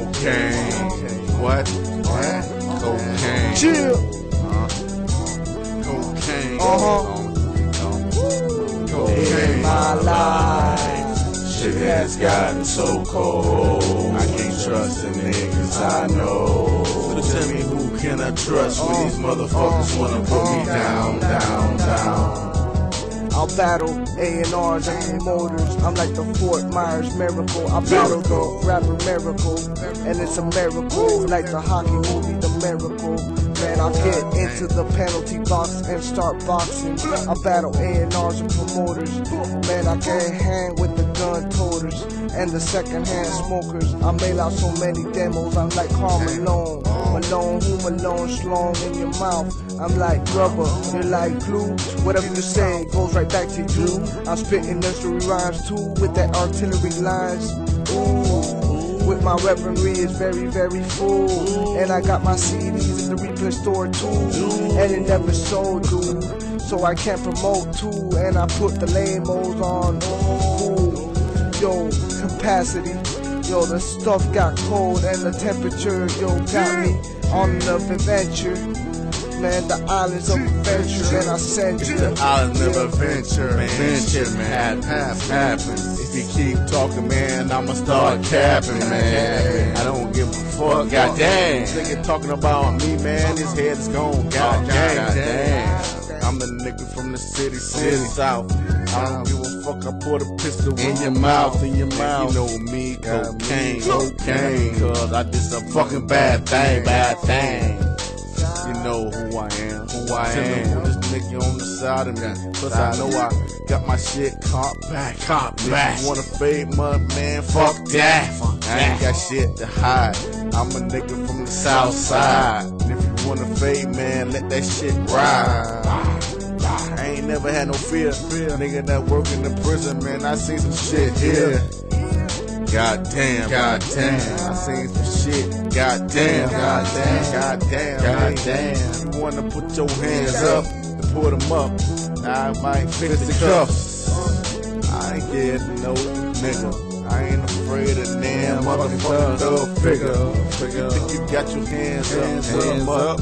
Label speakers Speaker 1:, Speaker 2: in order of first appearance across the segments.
Speaker 1: Cocaine. What? What? Cocaine.
Speaker 2: Chill.
Speaker 1: Huh? Cocaine.
Speaker 3: In
Speaker 1: Cocaine.
Speaker 3: my life, shit has gotten so cold. I can't trust the niggas I know. Uh, So tell me who can I trust when these motherfuckers wanna put me down, down, down.
Speaker 2: I'll battle A&Rs and promoters. I'm like the Fort Myers miracle. I battle the rapper miracle, and it's a miracle. Like the hockey movie, the miracle. Man, I get into the penalty box and start boxing. I battle A&Rs and promoters. Man, I can't hang with the gun toters and the secondhand smokers. I made out so many demos. I'm like Carl Malone, Malone, who Malone, Sloan in your mouth. I'm like rubber, you're like glue. Whatever you say goes right back to you. I'm spitting nursery rhymes too with that artillery lines. Ooh, with my weaponry is very, very full. And I got my CDs in the replay store too. And it never sold, dude. So I can't promote too. And I put the lamos on. Ooh, yo, capacity. Yo, the stuff got cold and the temperature, yo, got me on an adventure. Man, the islands of adventure, and I send you.
Speaker 3: The island never
Speaker 1: Venture, man. Venture, man. Happens. Happens. If you keep talking, man, I'ma start capping, man. I don't give a fuck. God damn. This nigga talking about me, man. His head is gone. God damn. I'm the nigga from the city, city south. I don't give a fuck. I put a pistol in your mouth, in your mouth. You know me, cocaine, cocaine. Cause I did some fucking bad thing, bad thing. You know who I am. Who I am. This nigga on the side of me. Plus I know I got my shit caught back. Caught back. If you wanna fade my man? Fuck that. I ain't got shit to hide. I'm a nigga from the south side. And if you wanna fade, man, let that shit ride. I ain't never had no fear. Nigga that work in the prison, man, I seen some shit here. God damn, god damn. I seen some shit. God damn, god damn, god damn, god damn. You wanna put your hands up and put them up. I might fix the cuffs. I ain't getting no nigga. I ain't afraid of damn motherfucking thug figure. You think you got your hands up, put them up.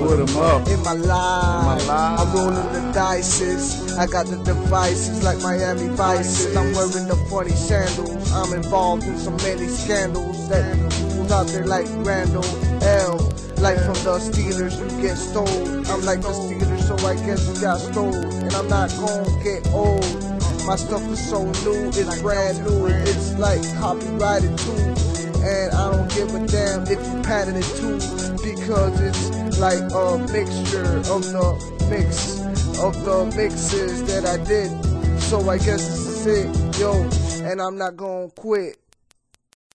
Speaker 1: Put them up.
Speaker 2: In my life,
Speaker 1: life.
Speaker 2: I'm rolling the dices. I got the devices like Miami Vices. I'm wearing the funny sandals. I'm involved in so many scandals that people out there like Randall L. Like from the Steelers, you get stole. I'm like the Steelers, so I guess you got stole. And I'm not gonna get old. My stuff is so new, it's brand new. It's like copyrighted too. And I don't give a damn if you pattern it too, because it's like a mixture of the mix of the mixes that I did. So I guess this is it, yo. And I'm not gonna quit.